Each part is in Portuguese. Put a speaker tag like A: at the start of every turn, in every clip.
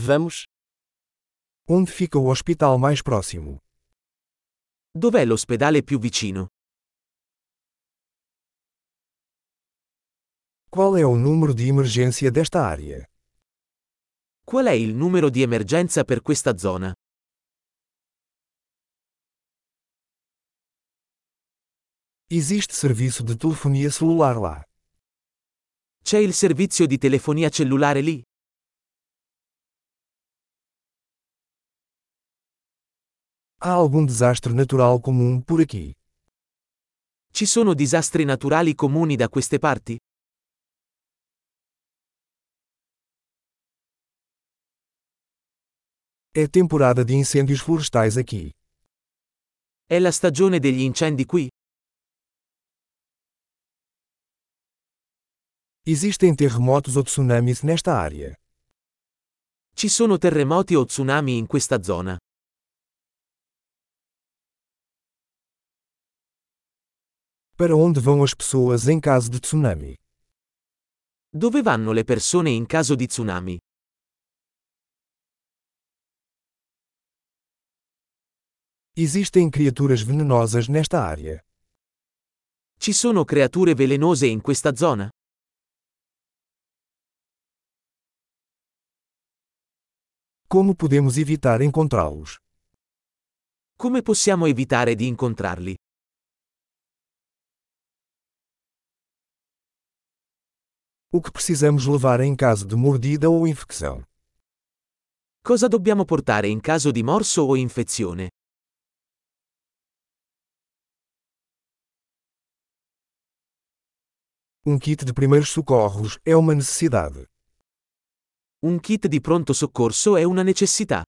A: Vamos.
B: Onde fica o hospital mais próximo?
A: Dov'è l'ospedale più vicino?
B: Qual é o número de emergência desta área?
A: Qual è il numero di emergenza per questa zona?
B: Existe serviço de telefonia celular lá.
A: C'è il servizio di telefonia cellulare lì?
B: Há algum desastre natural comum por aqui?
A: Ci sono disastri naturali comuni da queste parti?
B: É temporada de incêndios florestais aqui.
A: È la stagione degli incendi qui?
B: Existem terremotos ou tsunamis nesta área.
A: Ci sono terremoti o tsunami in questa zona?
B: Para onde vão as pessoas em caso de tsunami?
A: Dove vanno le persone in caso di tsunami?
B: Existem criaturas venenosas nesta área.
A: Ci sono creature velenose in questa zona?
B: Como podemos evitar encontrá-los?
A: Come possiamo evitare di incontrarli?
B: O que precisamos levar em caso de mordida ou infecção?
A: Cosa dobbiamo portare in caso di morso o infezione?
B: Um kit de primeiros socorros é uma necessidade.
A: Un kit di pronto soccorso è una necessità.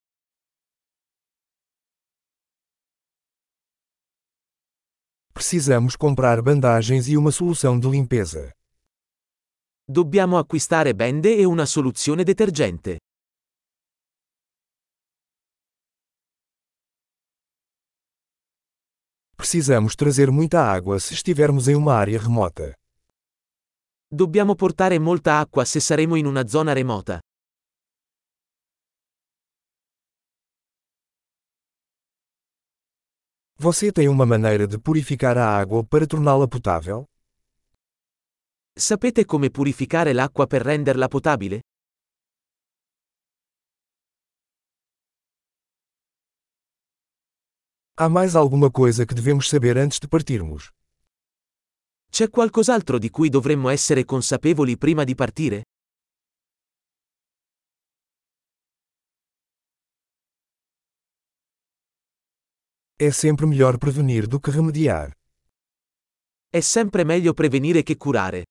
B: Precisamos comprar bandagens e uma solução de limpeza.
A: Dobbiamo acquistare bende e una soluzione detergente.
B: Precisamos trazer muita água se estivermos em uma área remota.
A: Dobbiamo portare molta acqua se saremo in una zona remota.
B: Você tem uma maneira de purificar a água para torná-la potável?
A: Sapete come purificare l'acqua per renderla potabile?
B: Há mais alguma coisa que devemos saber antes de partirmos?
A: C'è qualcos'altro di cui dovremmo essere consapevoli prima di partire?
B: É sempre melhor prevenir do que remediar.
A: È sempre meglio prevenire che curare.